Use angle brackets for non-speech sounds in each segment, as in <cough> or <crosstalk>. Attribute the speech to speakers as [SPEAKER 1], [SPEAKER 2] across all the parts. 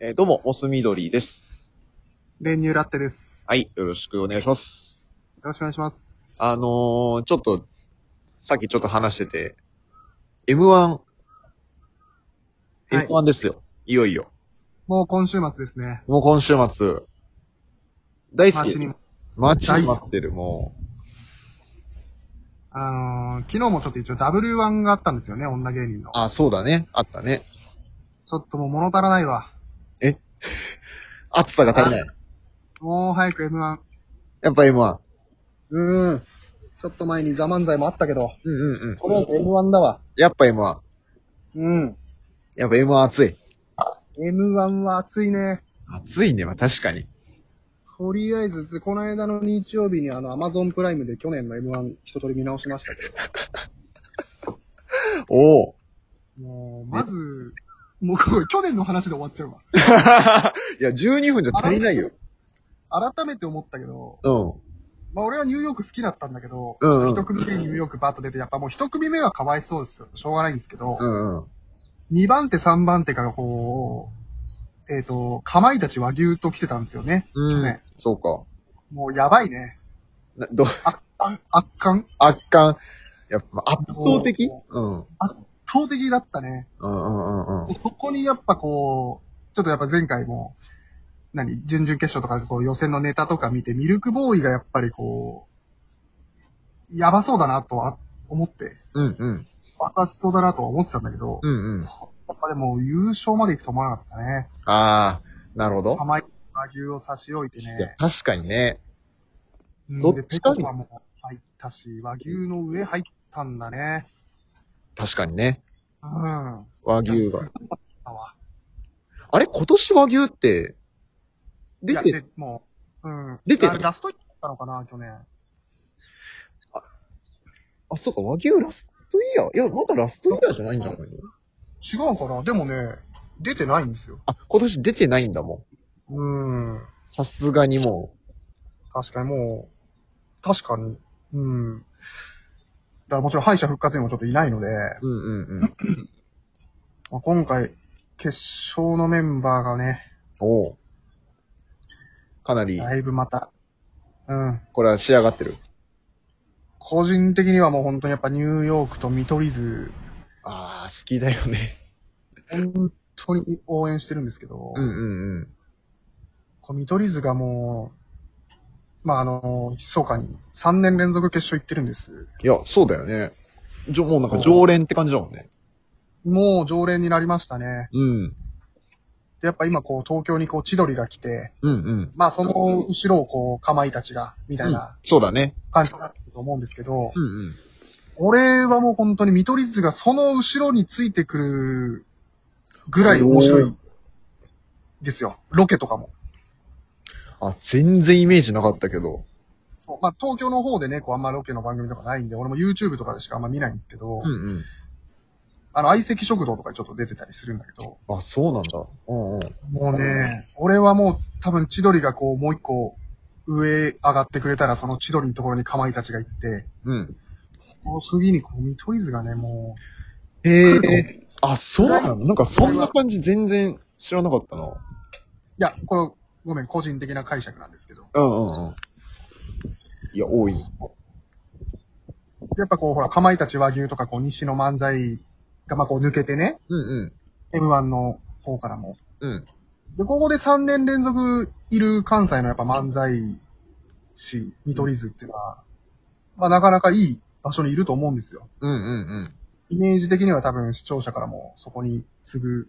[SPEAKER 1] えーどうも、モスミドリです。
[SPEAKER 2] 練乳ラッテです。
[SPEAKER 1] はい、よろしくお願いします。
[SPEAKER 2] よろしくお願いします。
[SPEAKER 1] あのー、ちょっと、さっきちょっと話してて、M1、
[SPEAKER 2] い
[SPEAKER 1] M1 ですよ。いよいよ。
[SPEAKER 2] もう今週末ですね。
[SPEAKER 1] もう今週末、大好
[SPEAKER 2] マーチ
[SPEAKER 1] き
[SPEAKER 2] に。も。
[SPEAKER 1] 待ちに待ってる、も
[SPEAKER 2] あのー、昨日もちょっと一応 W1 があったんですよね、女芸人の
[SPEAKER 1] う。。あ、そうだね。あったね。
[SPEAKER 2] ちょっともう物足らないわ。
[SPEAKER 1] 暑さが足りない。
[SPEAKER 2] もう早く M1。
[SPEAKER 1] やっぱ M1。
[SPEAKER 2] うーん。ちょっと前にザ漫才もあったけど、
[SPEAKER 1] うんうんうん。
[SPEAKER 2] とりあえず M1 だわ。
[SPEAKER 1] やっぱ M1。
[SPEAKER 2] うん。
[SPEAKER 1] やっぱ M1 暑い。
[SPEAKER 2] M1 は熱いね。
[SPEAKER 1] 暑いね、まあ確かに。
[SPEAKER 2] とりあえず、でこの間の日曜日にあの、Amazon プライムで去年の M1 一通り見直しましたけど。
[SPEAKER 1] <laughs> おお。
[SPEAKER 2] もう、まず、もうこれ去年の話で終わっちゃうわ。
[SPEAKER 1] いや、12分じゃ足りないよ。
[SPEAKER 2] 改めて思ったけど、
[SPEAKER 1] うん。
[SPEAKER 2] まあ俺はニューヨーク好きだったんだけど、
[SPEAKER 1] うんうん
[SPEAKER 2] 一組目にニューヨークバッと出て、やっぱもう一組目はかわいそうですよ。しょうがないんですけど
[SPEAKER 1] う、んうん。
[SPEAKER 2] 二、番手三番手がこう、えっ、と、かまいたち和牛と来てたんですよね。
[SPEAKER 1] うん。
[SPEAKER 2] ね
[SPEAKER 1] そうか。
[SPEAKER 2] もうやばいね。
[SPEAKER 1] など、 <laughs>
[SPEAKER 2] あ圧巻
[SPEAKER 1] 圧巻。やっぱ、圧倒的うん。うん
[SPEAKER 2] 圧倒的だったね。
[SPEAKER 1] うんうんうん。
[SPEAKER 2] そこにやっぱこう、ちょっとやっぱ前回も、何、準々決勝とかこう予選のネタとか見て、ミルクボーイがやっぱりこう、やばそうだなとは思って、
[SPEAKER 1] うんうん。
[SPEAKER 2] 爆発しそうだなとは思ってたんだけど、
[SPEAKER 1] うんうん。
[SPEAKER 2] やっぱでも優勝まで行くと思わなかったね。
[SPEAKER 1] あー、なるほど。
[SPEAKER 2] 甘い和牛を差し置いて
[SPEAKER 1] いや
[SPEAKER 2] ね、。
[SPEAKER 1] 確かにね。
[SPEAKER 2] うん
[SPEAKER 1] どっ
[SPEAKER 2] で
[SPEAKER 1] ちかに
[SPEAKER 2] ペコパも入ったし、和牛の上入ったんだね。
[SPEAKER 1] 確かにね。
[SPEAKER 2] うん。
[SPEAKER 1] 和
[SPEAKER 2] いや
[SPEAKER 1] 牛
[SPEAKER 2] すごか
[SPEAKER 1] が。
[SPEAKER 2] ったわ。
[SPEAKER 1] あれ今年和牛って、出
[SPEAKER 2] いや
[SPEAKER 1] て、
[SPEAKER 2] でもう、うん。
[SPEAKER 1] 出て
[SPEAKER 2] あれラストイったのかな、去年。
[SPEAKER 1] あ、そうか、和牛ラストイヤー。いや、まだラストイヤーじゃないんじゃないの
[SPEAKER 2] 違うかなでもね、出てないんですよ。
[SPEAKER 1] あ、今年出てないんだもん。
[SPEAKER 2] うん。
[SPEAKER 1] さすがにも
[SPEAKER 2] 確かにもう、確かに、うん。だからもちろん敗者復活にもちょっといないので、
[SPEAKER 1] う。うんうんうん。
[SPEAKER 2] まあ今回、決勝のメンバーがね、
[SPEAKER 1] おうかなり、
[SPEAKER 2] だいぶまた、うん。
[SPEAKER 1] これは仕上がってる。
[SPEAKER 2] 個人的にはもう本当にやっぱニューヨークと見取り図、
[SPEAKER 1] あー、好きだよね。
[SPEAKER 2] 本当に応援してるんですけど、
[SPEAKER 1] うんうんうん。
[SPEAKER 2] こう見取り図がもう、まあ、あの、密かに3年連続決勝行ってるんです。
[SPEAKER 1] いや、そうだよね。じょもうなんか常連って感じだもんね。
[SPEAKER 2] もう常連になりましたね。
[SPEAKER 1] うん。
[SPEAKER 2] で、やっぱ今こう東京にこう千鳥が来て、
[SPEAKER 1] うんうん。
[SPEAKER 2] まあその後ろをこうかまいたちが、みたいな
[SPEAKER 1] そうだね。
[SPEAKER 2] 感じになってると思うんですけど、
[SPEAKER 1] うんうん。
[SPEAKER 2] 俺はもう本当に見取り図がその後ろについてくるぐらい面白いですよ。ロケとかも。
[SPEAKER 1] あ、全然イメージなかったけど。
[SPEAKER 2] そうまあ、東京の方でね、こう、あんまロケの番組とかないんで、俺も YouTube とかでしかあんま見ないんですけど、
[SPEAKER 1] うん
[SPEAKER 2] あの、相席食堂とかにちょっと出てたりするんだけど、
[SPEAKER 1] うん。あ、そうなんだ。うんうん。
[SPEAKER 2] もうね、俺はもう多分千鳥がこう、もう一個上上がってくれたら、その千鳥のところにかまいたちが行って、
[SPEAKER 1] うん。
[SPEAKER 2] その次にこう、見取り図がね、も
[SPEAKER 1] へ <laughs> え。あ、そうなのなんかそんな感じ全然知らなかったな。
[SPEAKER 2] う、いや、これ、ごめん、個人的な解釈なんですけど、
[SPEAKER 1] うんうんうん。いや、多い。
[SPEAKER 2] やっぱこう、ほら、かまいたち和牛とか、こう、西の漫才が、まあこう、抜けてね、
[SPEAKER 1] うんうん。
[SPEAKER 2] M1 の方からも、
[SPEAKER 1] うん。
[SPEAKER 2] で、ここで3年連続いる関西のやっぱ漫才師、見取り図っていうのは、まあなかなかいい場所にいると思うんですよ。
[SPEAKER 1] うんうんうん。
[SPEAKER 2] イメージ的には多分視聴者からもそこに次ぐ、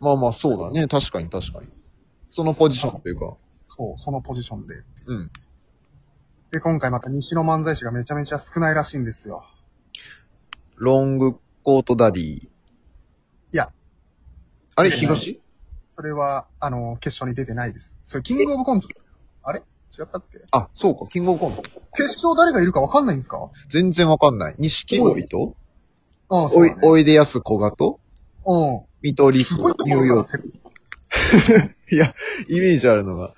[SPEAKER 1] まあまあ、そうだね。確かに確かに。そのポジションというか。
[SPEAKER 2] そう、そのポジションで。
[SPEAKER 1] うん。
[SPEAKER 2] で、今回また西の漫才師がめちゃめちゃ少ないらしいんですよ。
[SPEAKER 1] ロングコートダディ。い
[SPEAKER 2] や。
[SPEAKER 1] あれ、
[SPEAKER 2] いや
[SPEAKER 1] 東
[SPEAKER 2] それは、あの、決勝に出てないです。それ、キングオブコント。あれ違ったっけ
[SPEAKER 1] あ、そうか、キングオブコント。
[SPEAKER 2] 決勝誰がいるかわかんないんですか
[SPEAKER 1] 全然わかんない。錦鯉と、
[SPEAKER 2] うん、そ
[SPEAKER 1] お
[SPEAKER 2] う
[SPEAKER 1] い
[SPEAKER 2] だ、ね。
[SPEAKER 1] おいでやすこがと、
[SPEAKER 2] う
[SPEAKER 1] 見取り <laughs>
[SPEAKER 2] ん。
[SPEAKER 1] 図
[SPEAKER 2] すごいと、こ
[SPEAKER 1] ニュー
[SPEAKER 2] ろ
[SPEAKER 1] ヨー
[SPEAKER 2] からせ
[SPEAKER 1] ク。いや、イメージあるのが。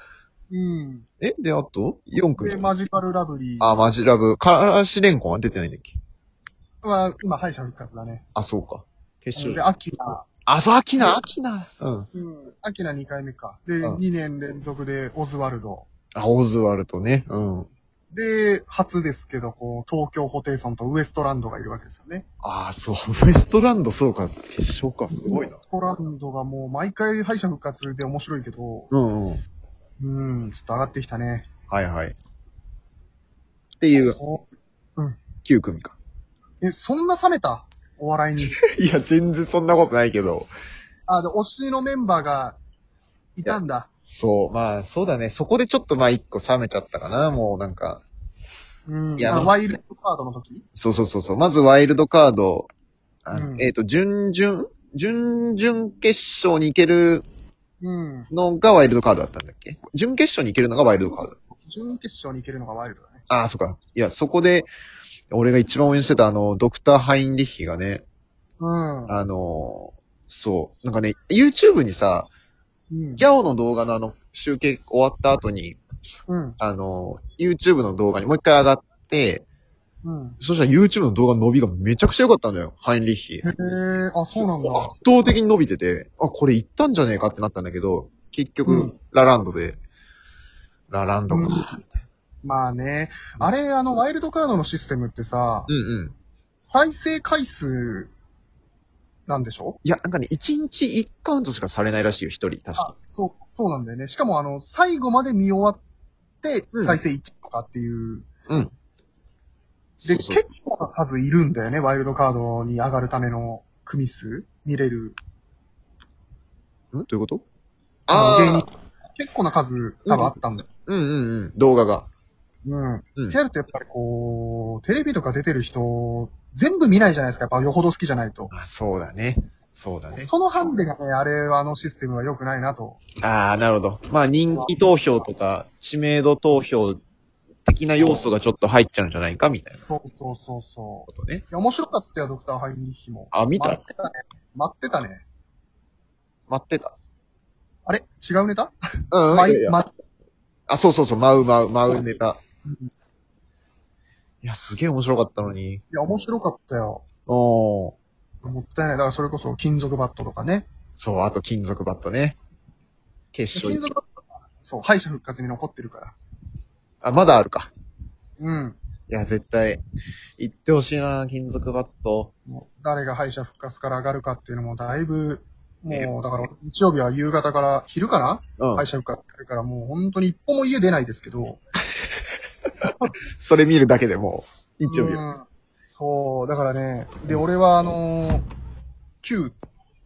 [SPEAKER 2] うん。
[SPEAKER 1] えで、あと ?4 組
[SPEAKER 2] で、。マジカルラブリー
[SPEAKER 1] あ、マジラブ。からしれんこんは出てないんだっけ
[SPEAKER 2] は今敗者復活だね。
[SPEAKER 1] あ、そうか。決
[SPEAKER 2] で、アキラ、
[SPEAKER 1] あ、そう、アキナ、アキナ。うん。
[SPEAKER 2] うん。アキラ2回目か。で、
[SPEAKER 1] うん
[SPEAKER 2] 2年連続でオズワルド。
[SPEAKER 1] あ、オズワルドね。うん。
[SPEAKER 2] で、初ですけど、こう、東京ホテイソンとウエストランドがいるわけですよね。
[SPEAKER 1] ああ、そう、 <laughs> ウエストランド、そうか、決勝か、すごいな
[SPEAKER 2] ウエ。ストランドがもう毎回敗者復活で面白いけど、
[SPEAKER 1] うんうん。
[SPEAKER 2] うん、ちょっと上がってきたね。
[SPEAKER 1] はいはい。っていう、
[SPEAKER 2] お
[SPEAKER 1] 9組か。
[SPEAKER 2] え、そんな冷めたお笑いに。
[SPEAKER 1] <laughs> いや、全然そんなことないけど。
[SPEAKER 2] あ、で、推しのメンバーがいたんだ。
[SPEAKER 1] そう、まあ、そうだね。そこでちょっとまあ、一個冷めちゃったかな、もうなんか。
[SPEAKER 2] うん。
[SPEAKER 1] いや
[SPEAKER 2] あワイルドカードの時
[SPEAKER 1] そうそうそうそう。まずワイルドカード、あの
[SPEAKER 2] うん
[SPEAKER 1] えっ、と、準々、準々決勝に行ける
[SPEAKER 2] うん。
[SPEAKER 1] のがワイルドカードだったんだっけ準決勝に行けるのがワイルドカード。
[SPEAKER 2] 準決勝に行けるのがワイルドだね。
[SPEAKER 1] ああ、そっか。いや、そこで、俺が一番応援してたあの、ドクター・ハインリッヒがね、
[SPEAKER 2] う
[SPEAKER 1] あのーそう。なんかね、YouTube にさ、
[SPEAKER 2] ん。うん。
[SPEAKER 1] ギャオの動画のあの、集計終わった後に、
[SPEAKER 2] うん。
[SPEAKER 1] あのー YouTube の動画にもう一回上がって、
[SPEAKER 2] うん。
[SPEAKER 1] そしたら YouTube の動画の伸びがめちゃくちゃ良かったんだよ、ハインリッヒ。
[SPEAKER 2] へえ、あ、そうなんだ
[SPEAKER 1] 圧。倒的に伸びてて、あ、これいったんじゃねえかってなったんだけど、結局、
[SPEAKER 2] うん
[SPEAKER 1] ラランドで、ラランド
[SPEAKER 2] うん
[SPEAKER 1] か。
[SPEAKER 2] まあね。あれ、あの、ワイルドカードのシステムってさ、
[SPEAKER 1] うんうん。
[SPEAKER 2] 再生回数、なんでしょ
[SPEAKER 1] いや、なんかね、1日1カウントしかされないらしいよ、1人、確か。
[SPEAKER 2] あ、そう、そうなんだよね。しかも、あの、最後まで見終わって
[SPEAKER 1] う、ん
[SPEAKER 2] 再生1とかっていう。
[SPEAKER 1] うん。
[SPEAKER 2] で、
[SPEAKER 1] そうそう
[SPEAKER 2] 結構な数いるんだよね、ワイルドカードに上がるための組数見れる。
[SPEAKER 1] んどういうこと
[SPEAKER 2] あの
[SPEAKER 1] あ
[SPEAKER 2] 芸
[SPEAKER 1] あ、
[SPEAKER 2] 結構な数多分あったんだよ。
[SPEAKER 1] うんうんうん、動画が。
[SPEAKER 2] うん。
[SPEAKER 1] うん
[SPEAKER 2] ってやるとやっぱりこう、テレビとか出てる人、全部見ないじゃないですか。やっぱよほど好きじゃないと。
[SPEAKER 1] あ、そうだね。そうだね。
[SPEAKER 2] そのハンデがね、あれはあのシステムは良くないなと。
[SPEAKER 1] ああ、なるほど。まあ人気投票とか、知名度投票的な要素がちょっと入っちゃうんじゃないかみたいな
[SPEAKER 2] そうそうそうそ
[SPEAKER 1] ことね
[SPEAKER 2] う。。いや、面白かったよ、ドクターハインリッヒも。
[SPEAKER 1] あ、見た
[SPEAKER 2] 待ってたね。待ってたね。
[SPEAKER 1] 待ってた。
[SPEAKER 2] あれ違うネタ
[SPEAKER 1] うん、
[SPEAKER 2] ま
[SPEAKER 1] いやいや
[SPEAKER 2] ま
[SPEAKER 1] あ、そうそうそう、マウマウ、マウネタ。いや、すげえ面白かったのに。
[SPEAKER 2] いや、面白かったよ。
[SPEAKER 1] お
[SPEAKER 2] もったいない。だからそれこそ金属バットとかね。
[SPEAKER 1] そう、あと金属バットね。決
[SPEAKER 2] 金
[SPEAKER 1] 勝
[SPEAKER 2] 属
[SPEAKER 1] 行き
[SPEAKER 2] バットは、そう、敗者復活に残ってるから。
[SPEAKER 1] あ、まだあるか。
[SPEAKER 2] うん。
[SPEAKER 1] いや、絶対、行ってほしいな、金属バット。
[SPEAKER 2] もう誰が敗者復活から上がるかっていうのもだいぶ、
[SPEAKER 1] ええ
[SPEAKER 2] もう、だから、日曜日は夕方から、昼かな
[SPEAKER 1] うん
[SPEAKER 2] 敗者復活やるから、もう本当に一歩も家出ないですけど。
[SPEAKER 1] それ見るだけでもう、一応見
[SPEAKER 2] う
[SPEAKER 1] る。
[SPEAKER 2] んそう、だからね、で、俺はあのー、Q っ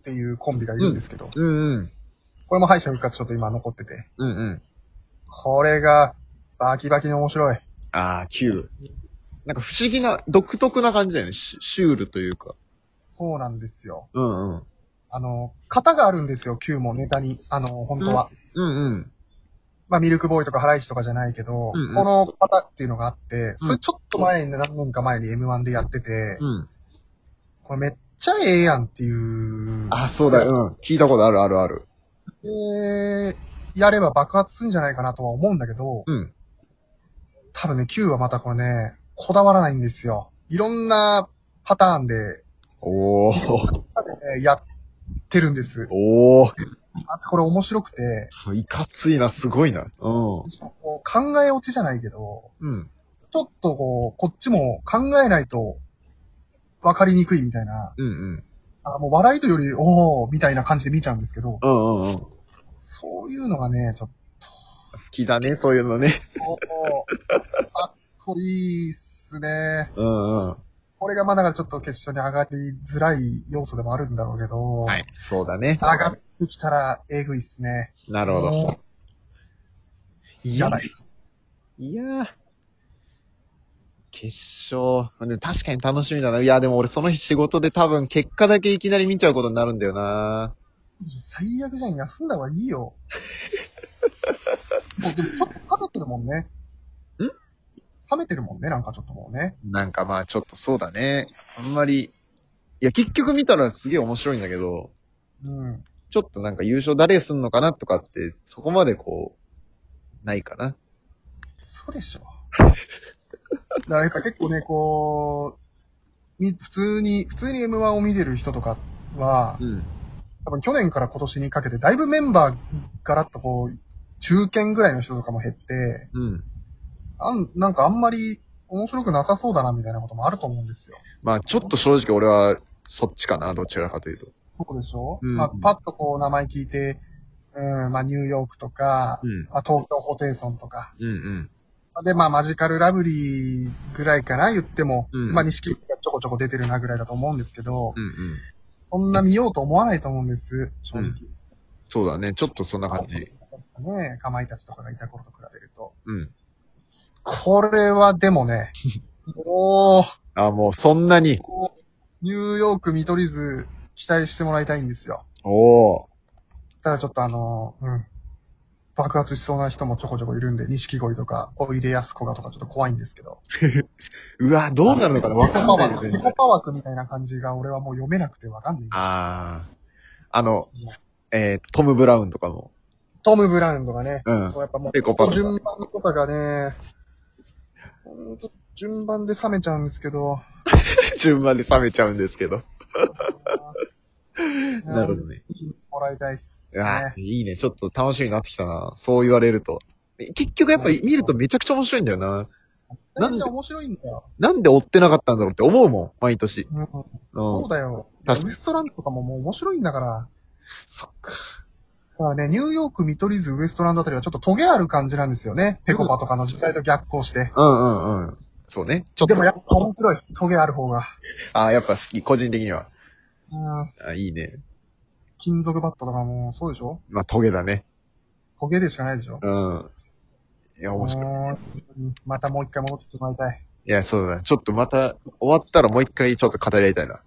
[SPEAKER 2] ていうコンビがいるんですけど、
[SPEAKER 1] うんうん。
[SPEAKER 2] これも敗者復活ちょっと今残ってて、
[SPEAKER 1] うんうん。
[SPEAKER 2] これが、バキバキに面白い。
[SPEAKER 1] あー、Q。なんか不思議な、独特な感じだよね。シュシュールというか。
[SPEAKER 2] そうなんですよ。
[SPEAKER 1] うんうん。
[SPEAKER 2] あの、型があるんですよ、Q もネタに。あの、本当は。
[SPEAKER 1] うんうん。
[SPEAKER 2] まあ、ミルクボーイとかハライチとかじゃないけど、
[SPEAKER 1] うんうん
[SPEAKER 2] この型っていうのがあって、
[SPEAKER 1] うん
[SPEAKER 2] それちょっと前に、何年か前に M1 でやってて、
[SPEAKER 1] うん。
[SPEAKER 2] これめっちゃええやんっていう。
[SPEAKER 1] あ、そうだ、うん。聞いたことあるあるある。
[SPEAKER 2] で、やれば爆発するんじゃないかなとは思うんだけど、
[SPEAKER 1] うん。
[SPEAKER 2] 多分ね、Q はまたこれね、こだわらないんですよ。いろんなパターンで、
[SPEAKER 1] おー。
[SPEAKER 2] えーやってるんです。
[SPEAKER 1] おー。
[SPEAKER 2] またこれ面白くて、
[SPEAKER 1] そう、いかついな、すごいな。うん。
[SPEAKER 2] しかもこう考え落ちじゃないけど、
[SPEAKER 1] うん。
[SPEAKER 2] ちょっとこう、こっちも考えないと分かりにくいみたいな、
[SPEAKER 1] うんうん。
[SPEAKER 2] あもう笑いというより、おー、みたいな感じで見ちゃうんですけど、
[SPEAKER 1] うんうんうん。好
[SPEAKER 2] そういうのがね、ちょっ
[SPEAKER 1] きだね、そういうのね。
[SPEAKER 2] と、 <laughs> かっこいいっすね。
[SPEAKER 1] うんうん。
[SPEAKER 2] これがまあだからちょっと決勝に上がりづらい要素でもあるんだろうけど、
[SPEAKER 1] はい。そうだね。
[SPEAKER 2] 上がってきたらえぐいっすね。
[SPEAKER 1] なるほど。
[SPEAKER 2] もう。
[SPEAKER 1] い
[SPEAKER 2] やばい。。
[SPEAKER 1] いやー。決勝。でも確かに楽しみだな。いや、でも俺その日仕事で多分結果だけいきなり見ちゃうことになるんだよな。
[SPEAKER 2] 最悪じゃん、休んだ方がい
[SPEAKER 1] <laughs>
[SPEAKER 2] いよ。もうでもちょっと冷めてるもんね。
[SPEAKER 1] ん
[SPEAKER 2] 冷めてるもんね、なんかちょっともうね。
[SPEAKER 1] なんかまあちょっとそうだね。あんまり。いや、結局見たらすげえ面白いんだけど、
[SPEAKER 2] うん。
[SPEAKER 1] ちょっとなんか優勝誰すんのかなとかって、そこまでこう、ないかな。
[SPEAKER 2] そうでしょ。
[SPEAKER 1] <laughs>
[SPEAKER 2] だからやっぱ結構ね、こう、み普通に、普通に M1 を見てる人とかは、
[SPEAKER 1] うん。
[SPEAKER 2] 多分去年から今年にかけて、だいぶメンバーガラッとこう、中堅ぐらいの人とかも減って、
[SPEAKER 1] うん。
[SPEAKER 2] あん、なんかあんまり面白くなさそうだなみたいなこともあると思うんですよ。
[SPEAKER 1] まあ、ちょっと正直俺は、そっちかな、どちらかというと。
[SPEAKER 2] そうでしょ、
[SPEAKER 1] うん
[SPEAKER 2] まあ、パッとこう名前聞いて、うん、まあニューヨークとか、
[SPEAKER 1] うん。
[SPEAKER 2] まあ、東京ホテイソンとか。
[SPEAKER 1] うんうん。
[SPEAKER 2] で、まあマジカルラブリーぐらいかな言っても、
[SPEAKER 1] うん
[SPEAKER 2] まあ錦がちょこちょこ出てるなぐらいだと思うんですけど、
[SPEAKER 1] うんうん。
[SPEAKER 2] そんな見ようと思わないと思うんです、正直。
[SPEAKER 1] そうだね。ちょっとそんな感じ。
[SPEAKER 2] ねかまいたちとかがいた頃と比べると。
[SPEAKER 1] うん。
[SPEAKER 2] これはでもね、もう、
[SPEAKER 1] あ、もうそんなに。
[SPEAKER 2] ニューヨーク見取り図期待してもらいたいんですよ。
[SPEAKER 1] おお。
[SPEAKER 2] ただちょっとあの、うん。爆発しそうな人もちょこちょこいるんで、錦鯉とか、おいでやすこがとかちょっと怖いんですけど。
[SPEAKER 1] うわ、どうなるのかなわかんないよ
[SPEAKER 2] ピ
[SPEAKER 1] ね。
[SPEAKER 2] コパワークみたいな感じが俺はもう読めなくてわかんない。
[SPEAKER 1] あー。あの、えー、トム・ブラウンとかも。
[SPEAKER 2] トム・ブラウンとかね。
[SPEAKER 1] うん
[SPEAKER 2] こ。うやっぱもう、
[SPEAKER 1] ペコパとか
[SPEAKER 2] 順番とかがね、ほんと順番で冷めちゃうんですけど。
[SPEAKER 1] 順番で冷めちゃうんですけど。 <laughs> なるほ
[SPEAKER 2] ど。
[SPEAKER 1] どね。
[SPEAKER 2] もらいたいっす、ね。
[SPEAKER 1] あーいいね。ちょっと楽しみになってきたな。そう言われると。結局やっぱ見るとめちゃくちゃ面白いんだよな。
[SPEAKER 2] めっちゃ面白いんだよ。
[SPEAKER 1] なんで追ってなかったんだろうって思うもん。毎年。
[SPEAKER 2] うん、
[SPEAKER 1] う
[SPEAKER 2] そ
[SPEAKER 1] ん
[SPEAKER 2] う。だよ。
[SPEAKER 1] 確かに
[SPEAKER 2] ウエストランドとかももう面白いんだから。
[SPEAKER 1] そっか。
[SPEAKER 2] だからね、ニューヨーク、見取り図、ウエストランドあたりはちょっとトゲある感じなんですよね。ペコパとかの時代と逆行して。
[SPEAKER 1] うんうんうん。そうね。ちょっと。
[SPEAKER 2] でもやっぱ面白い。トゲある方が。
[SPEAKER 1] ああ、やっぱ好き。個人的には。
[SPEAKER 2] うん。
[SPEAKER 1] あいいね。
[SPEAKER 2] 金属バットとかもそうでしょ
[SPEAKER 1] まあ、トゲだね。
[SPEAKER 2] トゲでしかないでしょ
[SPEAKER 1] うん。いや、面白い。
[SPEAKER 2] うんまたもう一回戻ってもらいたい。
[SPEAKER 1] いや、そうだな。ちょっとまた、終わったらもう一回ちょっと語り合いたいな。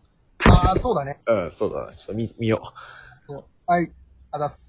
[SPEAKER 2] ああ、そうだね。
[SPEAKER 1] うん、そうだな。ちょっと見、見よう。
[SPEAKER 2] はい。あざっす。